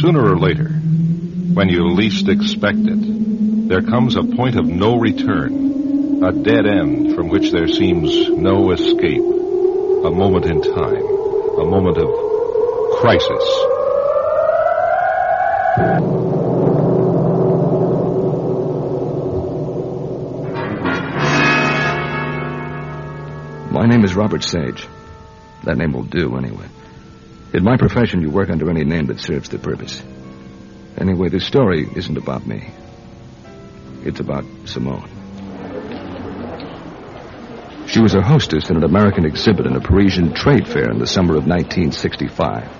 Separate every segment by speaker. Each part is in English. Speaker 1: Sooner or later, when you least expect it, there comes a point of no return, a dead end from which there seems no escape, a moment in time, a moment of crisis.
Speaker 2: My name is Robert Sage. That name will do, anyway. In my profession, you work under any name that serves the purpose. Anyway, this story isn't about me. It's about Simone. She was a hostess in an American exhibit in a Parisian trade fair in the summer of 1965.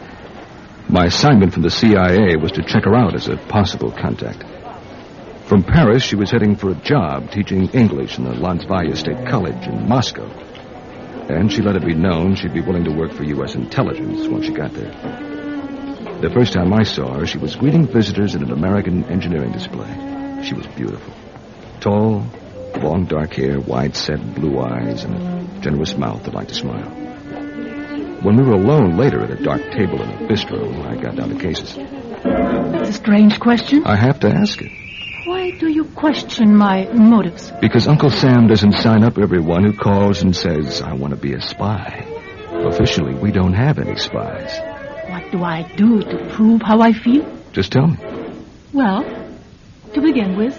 Speaker 2: My assignment from the CIA was to check her out as a possible contact. From Paris, she was heading for a job teaching English in the Landsvaya State College in Moscow. And she let it be known she'd be willing to work for U.S. intelligence when she got there. The first time I saw her, she was greeting visitors at an American engineering display. She was beautiful. Tall, long dark hair, wide set blue eyes, and a generous mouth that liked to smile. When we were alone later at a dark table in a bistro, I got down to cases.
Speaker 3: That's a strange question.
Speaker 2: I have to ask it.
Speaker 3: Why do you question my motives?
Speaker 2: Because Uncle Sam doesn't sign up everyone who calls and says, I want to be a spy. Officially, we don't have any spies.
Speaker 3: What do I do to prove how I feel?
Speaker 2: Just tell me.
Speaker 3: Well, to begin with,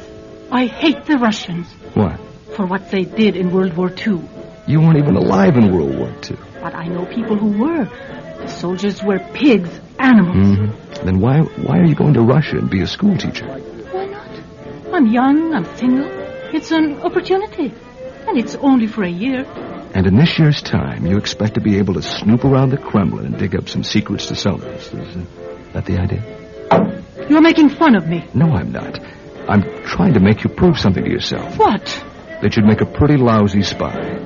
Speaker 3: I hate the Russians
Speaker 2: What?
Speaker 3: for what they did in World War II.
Speaker 2: You weren't even alive in World War II.
Speaker 3: But I know people who were. The soldiers were pigs, animals.
Speaker 2: Mm-hmm. Then why why are you going to Russia and be a school teacher?
Speaker 3: Why not? I'm young, I'm single. It's an opportunity. And it's only for a year.
Speaker 2: And in this year's time, you expect to be able to snoop around the Kremlin and dig up some secrets to sell us. Is uh, that the idea?
Speaker 3: You're making fun of me.
Speaker 2: No, I'm not. I'm trying to make you prove something to yourself.
Speaker 3: What?
Speaker 2: That you'd make a pretty lousy spy.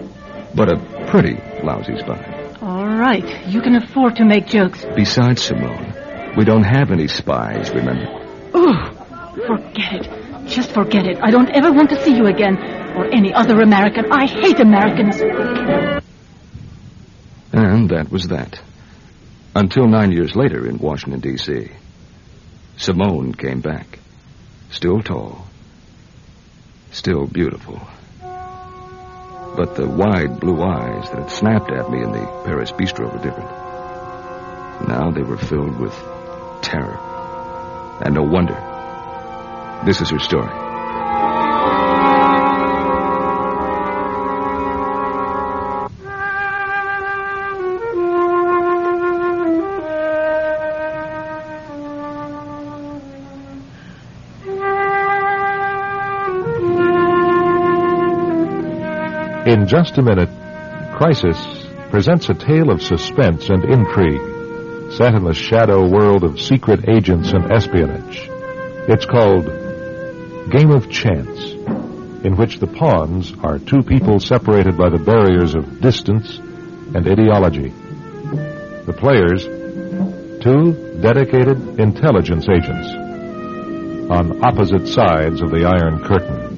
Speaker 2: But a pretty lousy spy.
Speaker 3: All right, you can afford to make jokes.
Speaker 2: Besides, Simone, we don't have any spies, remember?
Speaker 3: Ooh, forget it. Just forget it. I don't ever want to see you again. Or any other American. I hate Americans.
Speaker 2: And that was that. Until nine years later in Washington, D.C., Simone came back. Still tall. Still beautiful. But the wide blue eyes that had snapped at me in the Paris bistro were different. Now they were filled with terror. And no wonder. This is her story.
Speaker 1: In just a minute, Crisis presents a tale of suspense and intrigue set in the shadow world of secret agents and espionage. It's called Game of Chance, in which the pawns are two people separated by the barriers of distance and ideology. The players, two dedicated intelligence agents on opposite sides of the Iron Curtain.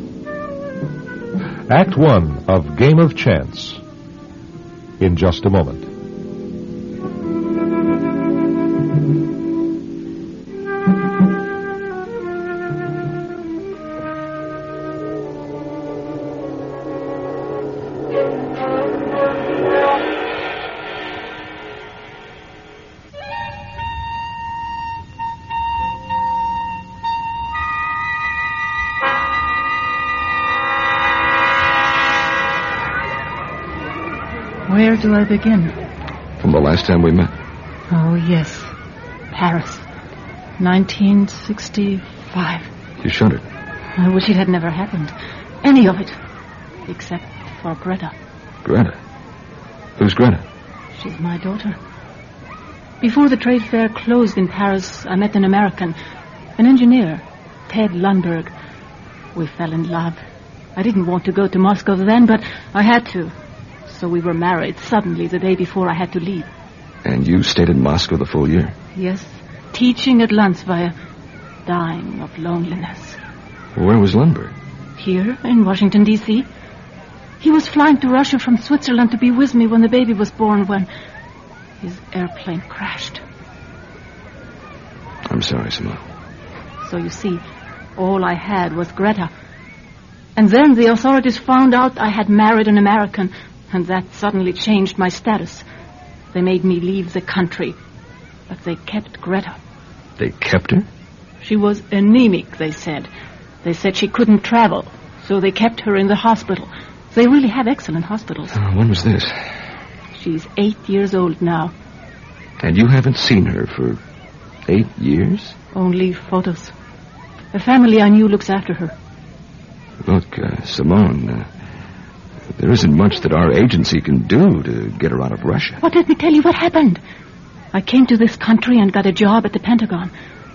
Speaker 1: Act One of Game of Chance in just a moment.
Speaker 3: Where do I begin?
Speaker 2: From the last time we met.
Speaker 3: Oh, yes. Paris. 1965.
Speaker 2: You shuddered.
Speaker 3: I wish it had never happened. Any of it. Except for Greta.
Speaker 2: Greta. Who's Greta?
Speaker 3: She's my daughter. Before the trade fair closed in Paris, I met an American, an engineer, Ted Lundberg. We fell in love. I didn't want to go to Moscow then, but I had to. So we were married suddenly the day before I had to leave.
Speaker 4: And you stayed in Moscow the full year.
Speaker 3: Yes, teaching at Landsvaya, dying of loneliness.
Speaker 4: Where was Lundberg?
Speaker 3: Here in Washington, D.C. He was flying to Russia from Switzerland to be with me when the baby was born when his airplane crashed.
Speaker 4: I'm sorry, Simone.
Speaker 3: So you see, all I had was Greta. And then the authorities found out I had married an American, and that suddenly changed my status. They made me leave the country, but they kept Greta.
Speaker 4: They kept her?
Speaker 3: She was anemic, they said. They said she couldn't travel, so they kept her in the hospital. They really have excellent hospitals.
Speaker 4: Oh, when was this?
Speaker 3: She's eight years old now.
Speaker 4: And you haven't seen her for eight years?
Speaker 3: Only photos. The family I knew looks after her.
Speaker 4: Look, uh, Simone, uh, there isn't much that our agency can do to get her out of Russia.
Speaker 3: But let me tell you what happened. I came to this country and got a job at the Pentagon.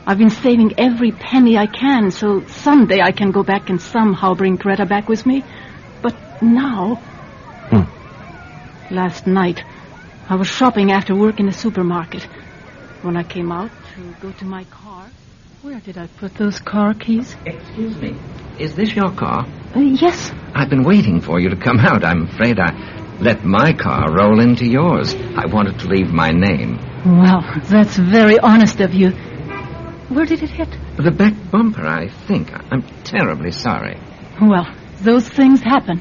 Speaker 3: I've been saving every penny I can so someday I can go back and somehow bring Greta back with me. But now. Hmm. Last night, I was shopping after work in a supermarket. When I came out to go to my car, where did I put those car keys?
Speaker 2: Excuse me. Is this your car?
Speaker 3: Uh, yes,
Speaker 2: I've been waiting for you to come out. I'm afraid I let my car roll into yours. I wanted to leave my name.
Speaker 3: Well, that's very honest of you. Where did it hit?
Speaker 2: The back bumper, I think. I- I'm terribly sorry.
Speaker 3: Well, those things happen.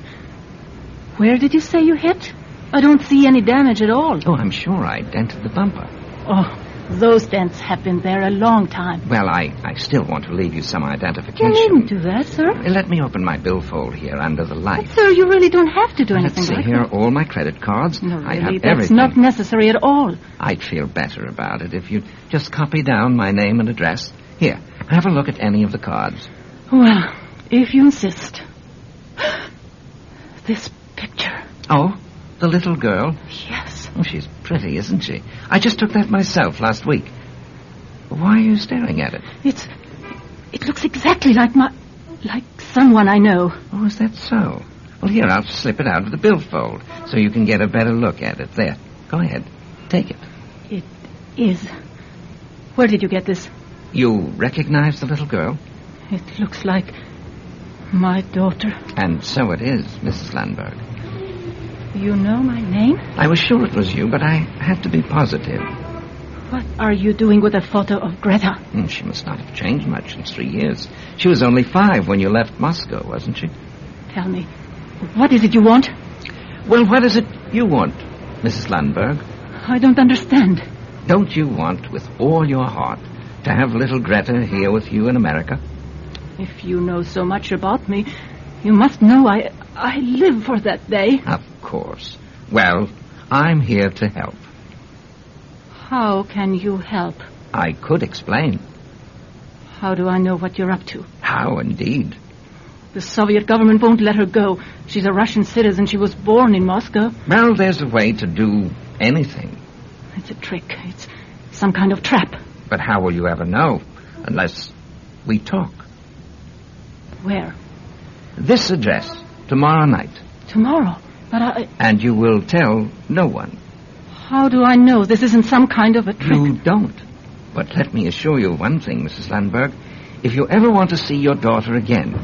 Speaker 3: Where did you say you hit? I don't see any damage at all.
Speaker 2: Oh, I'm sure I dented the bumper.
Speaker 3: Oh, those dents have been there a long time.
Speaker 2: Well, I, I still want to leave you some
Speaker 3: You needn't
Speaker 2: identification.
Speaker 3: do that, sir.
Speaker 2: Let me open my billfold here under the
Speaker 3: But,
Speaker 2: light.
Speaker 3: sir, you really don't have to do
Speaker 2: Let's
Speaker 3: anything
Speaker 2: see
Speaker 3: like
Speaker 2: here,
Speaker 3: that.
Speaker 2: are all my credit cards.
Speaker 3: No,
Speaker 2: I
Speaker 3: really,
Speaker 2: have
Speaker 3: that's
Speaker 2: everything.
Speaker 3: not necessary at all.
Speaker 2: I'd feel better about it if you'd just copy down my name and address. Here, have a look at any of the cards.
Speaker 3: Well, if you insist. This picture.
Speaker 2: Oh, the little girl.
Speaker 3: Yes.
Speaker 2: Oh, she's pretty, isn't she? I just took that myself last week. Why are you staring at it?
Speaker 3: It's. It looks exactly like my. like someone I know.
Speaker 2: Oh, is that so? Well, here, I'll slip it out of the billfold so you can get a better look at it. There. Go ahead. Take it.
Speaker 3: It is. Where did you get this?
Speaker 2: You recognize the little girl?
Speaker 3: It looks like my daughter.
Speaker 2: And so it is, Mrs. Landberg.
Speaker 3: You know my name?
Speaker 2: I was sure it was you, but I had to be positive.
Speaker 3: What are you doing with a photo of Greta?
Speaker 2: Hmm, She must not have changed much in three years. She was only five when you left Moscow, wasn't she?
Speaker 3: Tell me, what is it you want?
Speaker 2: Well, what is it you want, Mrs. Landberg?
Speaker 3: I don't understand.
Speaker 2: Don't you want, with all your heart, to have little Greta here with you in America?
Speaker 3: If you know so much about me, you must know I I live for that day.
Speaker 2: Of course. Well, I'm here to help.
Speaker 3: How can you help?
Speaker 2: I could explain.
Speaker 3: How do I know what you're up to?
Speaker 2: How, indeed?
Speaker 3: The Soviet government won't let her go. She's a Russian citizen. She was born in Moscow.
Speaker 2: Well, there's a way to do anything.
Speaker 3: It's a trick. It's some kind of trap.
Speaker 2: But how will you ever know unless we talk?
Speaker 3: Where?
Speaker 2: This address, tomorrow night,
Speaker 3: Tomorrow. But I.
Speaker 2: and you will tell no one.
Speaker 3: How do I know this isn't some kind of a trick?
Speaker 2: You don't. But let me assure you of one thing, Mrs. Landberg. If you ever want to see your daughter again,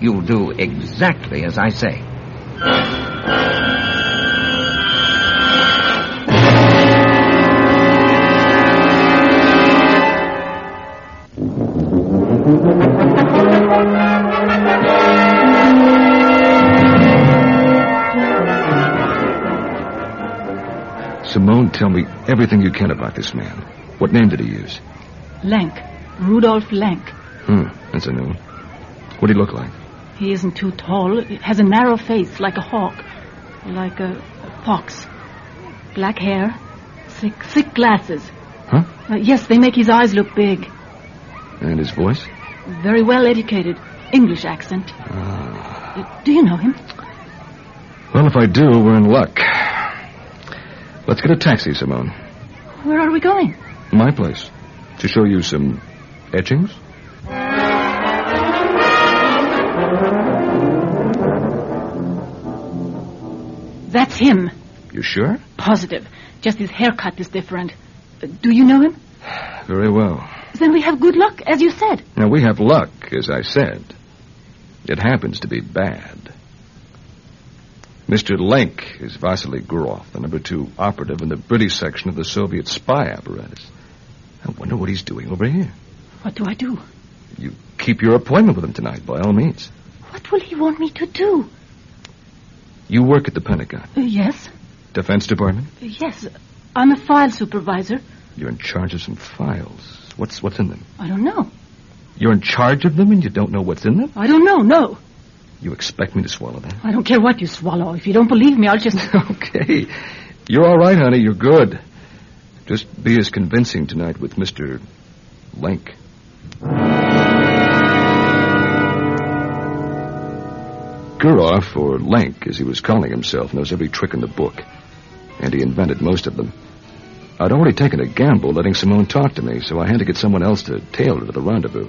Speaker 2: you'll do exactly as I say.
Speaker 4: Simone, tell me everything you can about this man. What name did he use?
Speaker 3: Lenk. Rudolf Lenk.
Speaker 4: Hmm, that's a new one. What did he look like?
Speaker 3: He isn't too tall. He has a narrow face, like a hawk, like a, a fox. Black hair, thick, thick glasses.
Speaker 4: Huh?
Speaker 3: Uh, yes, they make his eyes look big.
Speaker 4: And his voice?
Speaker 3: Very well educated. English accent.
Speaker 4: Ah.
Speaker 3: Uh, do you know him?
Speaker 4: Well, if I do, we're in luck. Let's get a taxi, Simone.
Speaker 3: Where are we going?
Speaker 4: My place. To show you some etchings?
Speaker 3: That's him.
Speaker 4: You sure?
Speaker 3: Positive. Just his haircut is different. Uh, Do you know him?
Speaker 4: Very well.
Speaker 3: Then we have good luck, as you said.
Speaker 4: Now, we have luck, as I said. It happens to be bad. Mr. Lenk is Vasily Gurov, the number two operative in the British section of the Soviet spy apparatus. I wonder what he's doing over here.
Speaker 3: What do I do?
Speaker 4: You keep your appointment with him tonight, by all means.
Speaker 3: What will he want me to do?
Speaker 4: You work at the Pentagon,
Speaker 3: Uh, yes,
Speaker 4: Defense Department.
Speaker 3: Uh, yes. I'm a file supervisor.
Speaker 4: You're in charge of some files. What's what's in them?
Speaker 3: I don't know.
Speaker 4: You're in charge of them, and you don't know what's in them.
Speaker 3: I don't know, no.
Speaker 4: You expect me to swallow that?
Speaker 3: I don't care what you swallow. If you don't believe me, I'll just.
Speaker 4: Okay. You're all right, honey. You're good. Just be as convincing tonight with Mr. Lenk. Gurov, or Lenk, as he was calling himself, knows every trick in the book, and he invented most of them. I'd already taken a gamble letting Simone talk to me, so I had to get someone else to tail her to the rendezvous.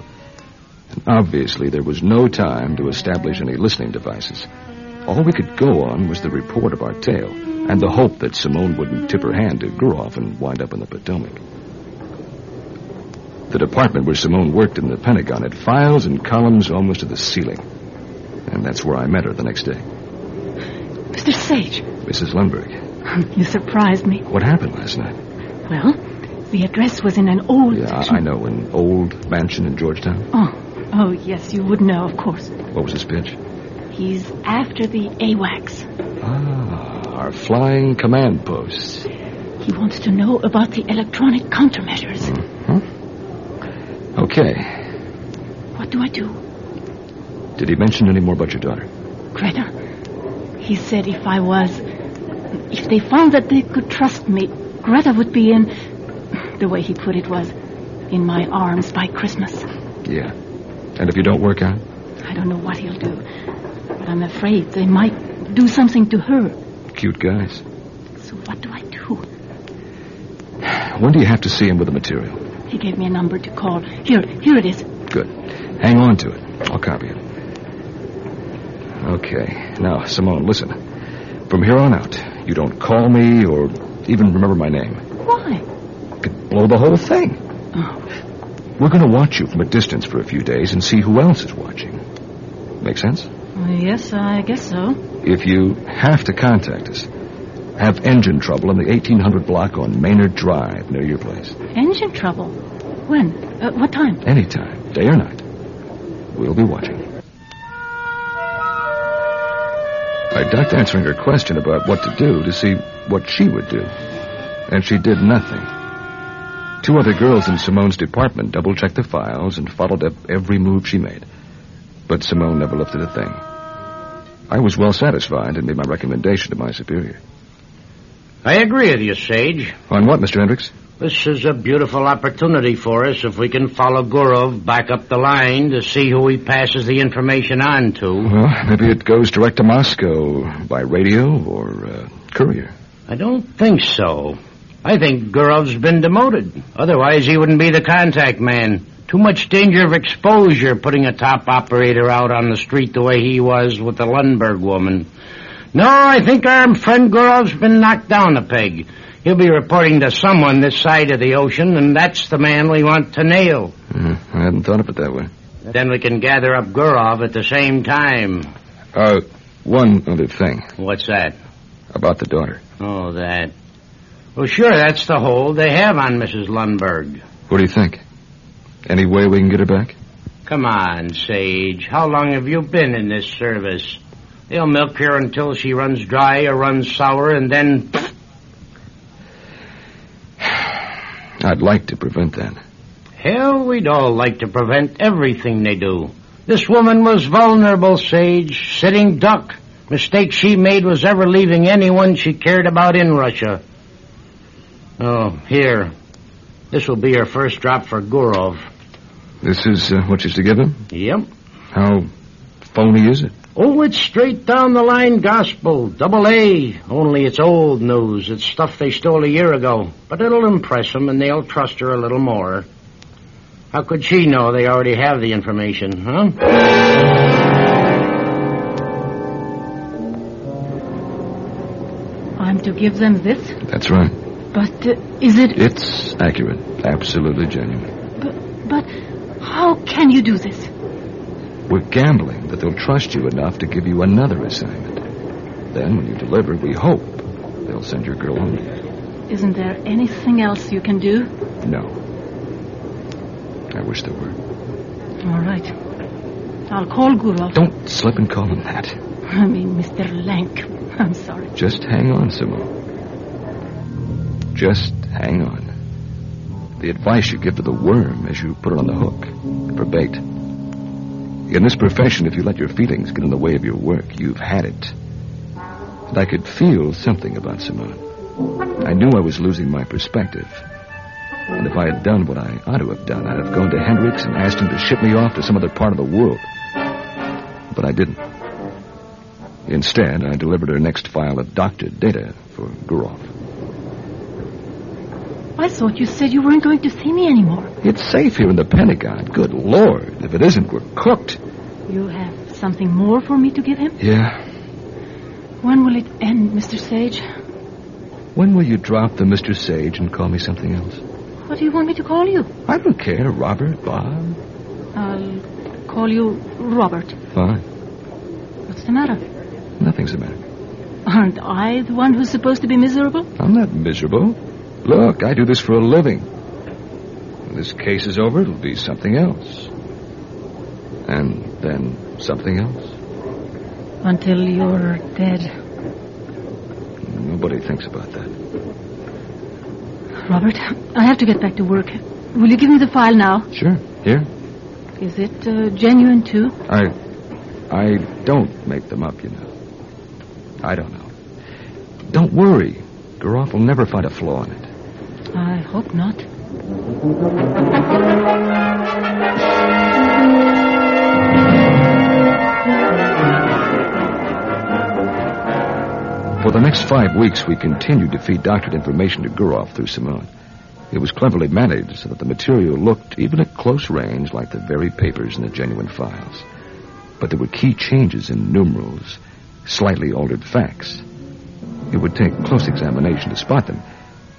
Speaker 4: And obviously, there was no time to establish any listening devices. All we could go on was the report of our tale and the hope that Simone wouldn't tip her hand to Gurov and wind up in the Potomac. The department where Simone worked in the Pentagon had files and columns almost to the ceiling. And that's where I met her the next day.
Speaker 3: Mr. Sage,
Speaker 4: Mrs. Lundberg,
Speaker 3: you surprised me.
Speaker 4: what happened last night?
Speaker 3: Well, the address was in an old.
Speaker 4: Yeah, I, I know, an old mansion in Georgetown.
Speaker 3: Oh, oh, yes, you would know, of course.
Speaker 4: What was his pitch?
Speaker 3: He's after the AWACS.
Speaker 4: Ah, our flying command post.
Speaker 3: He wants to know about the electronic countermeasures.
Speaker 4: Okay.
Speaker 3: What do I do?
Speaker 4: Did he mention any more about your daughter?
Speaker 3: Greta? He said if I was. If they found that they could trust me, Greta would be in. The way he put it was, in my arms by Christmas.
Speaker 4: Yeah. And if you don't work out?
Speaker 3: I don't know what he'll do, but I'm afraid they might do something to her.
Speaker 4: Cute guys.
Speaker 3: So what do I do?
Speaker 4: When do you have to see him with the material?
Speaker 3: He gave me a number to call. Here, here it is.
Speaker 4: Good. Hang on to it. I'll copy it. Okay. Now, Simone, listen. From here on out, you don't call me or even remember my name.
Speaker 3: Why? Oh,
Speaker 4: Could blow the whole thing. We're going to watch you from a distance for a few days and see who else is watching. Make sense?
Speaker 3: Yes, I guess so.
Speaker 4: If you have to contact us, have engine trouble in the 1800 block on Maynard Drive near your place.
Speaker 3: Engine trouble. When? Uh, what time?
Speaker 4: Anytime, day or night. We'll be watching. I ducked answering her question about what to do to see what she would do. And she did nothing. Two other girls in Simone's department double checked the files and followed up every move she made. But Simone never lifted a thing. I was well satisfied and made my recommendation to my superior.
Speaker 5: I agree with you, Sage.
Speaker 4: On what, Mr. Hendricks?
Speaker 5: This is a beautiful opportunity for us if we can follow Gurov back up the line to see who he passes the information on to.
Speaker 4: Well, maybe it goes direct to Moscow by radio or uh, courier.
Speaker 5: I don't think so. I think Gurov's been demoted. Otherwise, he wouldn't be the contact man. Too much danger of exposure putting a top operator out on the street the way he was with the Lundberg woman. No, I think our friend Gurov's been knocked down a peg. He'll be reporting to someone this side of the ocean, and that's the man we want to nail.
Speaker 4: Yeah, Mm-hmm. I hadn't thought of it that way.
Speaker 5: Then we can gather up Gurov at the same time.
Speaker 4: Uh, one other thing
Speaker 5: What's that?
Speaker 4: about the daughter.
Speaker 5: Oh, that. Well, sure, that's the hold they have on Mrs. Lundberg.
Speaker 4: What do you think? Any way we can get her back?
Speaker 5: Come on, Sage. How long have you been in this service? They'll milk her until she runs dry or runs sour, and then.
Speaker 4: I'd like to prevent that.
Speaker 5: Hell, we'd all like to prevent everything they do. This woman was vulnerable, Sage. Sitting duck. Mistake she made was ever leaving anyone she cared about in Russia. Oh, here. This will be her first drop for Gurov.
Speaker 4: This is uh, what she's to give him?
Speaker 5: Yep.
Speaker 4: How phony is it?
Speaker 5: Oh, it's straight down the line gospel, double A. Only it's old news. It's stuff they stole a year ago. But it'll impress them, and they'll trust her a little more. How could she know they already have the information, huh?
Speaker 3: I'm to give them this?
Speaker 4: That's right.
Speaker 3: But uh, is it.
Speaker 4: It's accurate, absolutely genuine.
Speaker 3: But, but how can you do this?
Speaker 4: We're gambling that they'll trust you enough to give you another assignment. Then, when you deliver, we hope they'll send your girl home.
Speaker 3: Isn't there anything else you can do?
Speaker 4: No. I wish there were.
Speaker 3: All right. I'll call Gurov.
Speaker 4: Don't slip and call him that.
Speaker 3: I mean, Mr. Lank. I'm sorry.
Speaker 4: Just hang on, Simone. Just hang on. The advice you give to the worm is you put it on the hook for bait. In this profession, if you let your feelings get in the way of your work, you've had it. And I could feel something about Simone. I knew I was losing my perspective. And if I had done what I ought to have done, I'd have gone to Hendricks and asked him to ship me off to some other part of the world. But I didn't. Instead, I delivered her next file of doctored data for Gurov.
Speaker 3: I thought you said you weren't going to see me anymore.
Speaker 4: It's safe here in the Pentagon. Good Lord. If it isn't, we're cooked.
Speaker 3: You have something more for me to give him?
Speaker 4: Yeah.
Speaker 3: When will it end, Mr. Sage?
Speaker 4: When will you drop the Mr. Sage and call me something else?
Speaker 3: What do you want me to call you?
Speaker 4: I don't care. Robert, Bob.
Speaker 3: I'll call you Robert.
Speaker 4: Fine.
Speaker 3: What's the matter?
Speaker 4: Nothing's the matter.
Speaker 3: Aren't I the one who's supposed to be miserable?
Speaker 4: I'm not miserable. Look, I do this for a living. When this case is over, it'll be something else. And then something else.
Speaker 3: Until you're dead.
Speaker 4: Nobody thinks about that.
Speaker 3: Robert, I have to get back to work. Will you give me the file now?
Speaker 4: Sure. Here?
Speaker 3: Is it uh, genuine, too?
Speaker 4: I. I don't make them up, you know. I don't know. Don't worry. Garoff will never find a flaw in it.
Speaker 3: I hope not.
Speaker 4: For the next five weeks, we continued to feed doctored information to Gurov through Simone. It was cleverly managed so that the material looked, even at close range, like the very papers in the genuine files. But there were key changes in numerals, slightly altered facts. It would take close examination to spot them,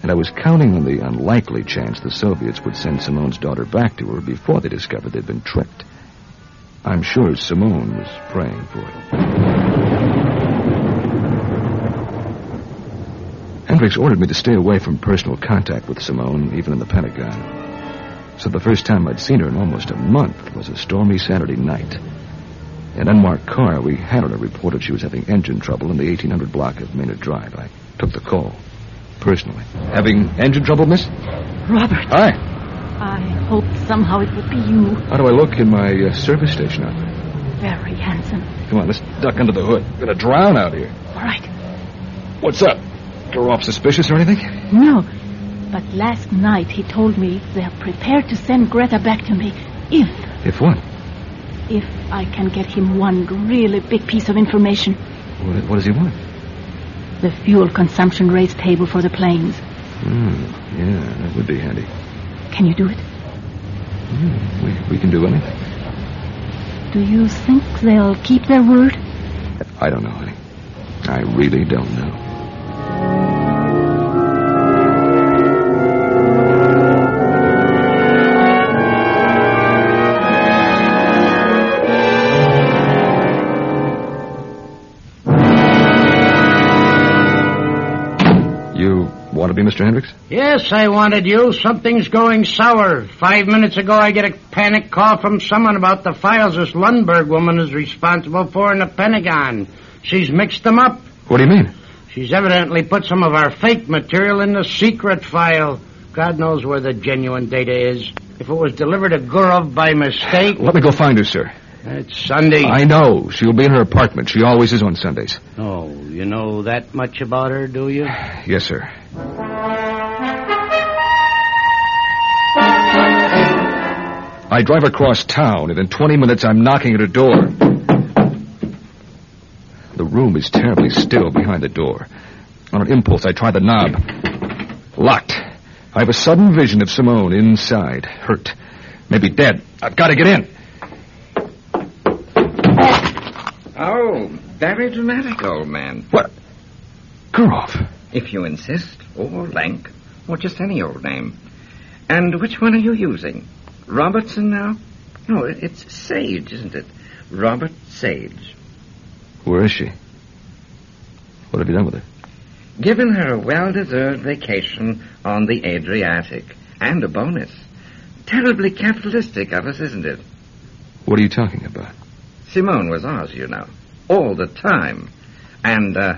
Speaker 4: and I was counting on the unlikely chance the Soviets would send Simone's daughter back to her before they discovered they'd been tricked. I'm sure Simone was praying for it. Hendricks ordered me to stay away from personal contact with Simone, even in the Pentagon. So the first time I'd seen her in almost a month was a stormy Saturday night. In an unmarked car we had her reported she was having engine trouble in the 1800 block of Maynard Drive. I took the call, personally. Having engine trouble, miss?
Speaker 3: Robert,
Speaker 4: Hi.
Speaker 3: I hoped somehow it would be you.
Speaker 4: How do I look in my uh, service station outfit?
Speaker 3: Very handsome.
Speaker 4: Come on, let's duck under the hood. We're gonna drown out here.
Speaker 3: All right.
Speaker 4: What's up? You're off suspicious or anything?
Speaker 3: No. But last night he told me they're prepared to send Greta back to me if,
Speaker 4: If what?
Speaker 3: if I can get him one really big piece of information.
Speaker 4: What, what does he want?
Speaker 3: The fuel consumption rates table for the planes.
Speaker 4: Hmm, yeah, that would be handy.
Speaker 3: Can you do it?
Speaker 4: We, we can do anything.
Speaker 3: Do you think they'll keep their word?
Speaker 4: I don't know, honey. I really don't know. You want to be Mr. Hendricks?
Speaker 5: Yes, I wanted you. Something's going sour. Five minutes ago, I get a panic call from someone about the files this Lundberg woman is responsible for in the Pentagon. She's mixed them up.
Speaker 4: What do you mean?
Speaker 5: She's evidently put some of our fake material in the secret file. God knows where the genuine data is. If it was delivered to Gurov by mistake,
Speaker 4: Let me go find her, sir.
Speaker 5: it's Sunday.
Speaker 4: I know. She'll be in her apartment. She always is on Sundays.
Speaker 5: Oh, you know that much about her, do you?
Speaker 4: Yes, sir. I drive across town, and in 20 minutes I'm knocking at her door. room is terribly still behind the door. On an impulse, I try the knob. Locked. I have a sudden vision of Simone inside, hurt. Maybe dead. I've got to get in.
Speaker 2: Oh, very dramatic, old man.
Speaker 4: What? Gurov.
Speaker 2: If you insist, or Lank, or just any old name. And which one are you using? Robertson now? No, it- it's Sage, isn't it? Robert Sage.
Speaker 4: Where is she? What have you done with her?
Speaker 2: Given her a well deserved vacation on the Adriatic, and a bonus. Terribly capitalistic of us, isn't it?
Speaker 4: What are you talking about?
Speaker 2: Simone was ours, you know, all the time. And uh,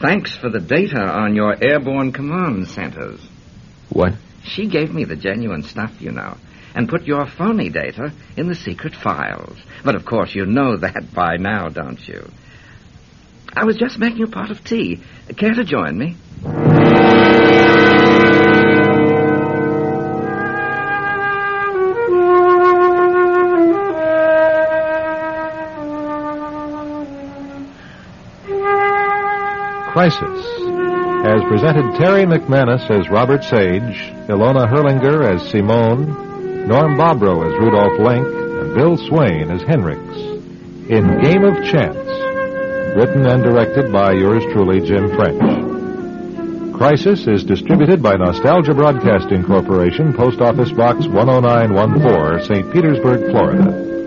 Speaker 2: thanks for the data on your airborne command centers.
Speaker 4: What?
Speaker 2: She gave me the genuine stuff, you know, and put your phony data in the secret files. But of course, you know that by now, don't you? I was just making a pot of tea. Care to join me?
Speaker 1: Crisis has presented Terry McManus as Robert Sage, Ilona Herlinger as Simone, Norm Bobro as Rudolph Lenk, and Bill Swain as Henricks. In Game of Chance, written and directed by yours truly, Jim French. Crisis is distributed by Nostalgia oh Broadcasting Corporation, Post Office Box 10914, St. Petersburg, Florida.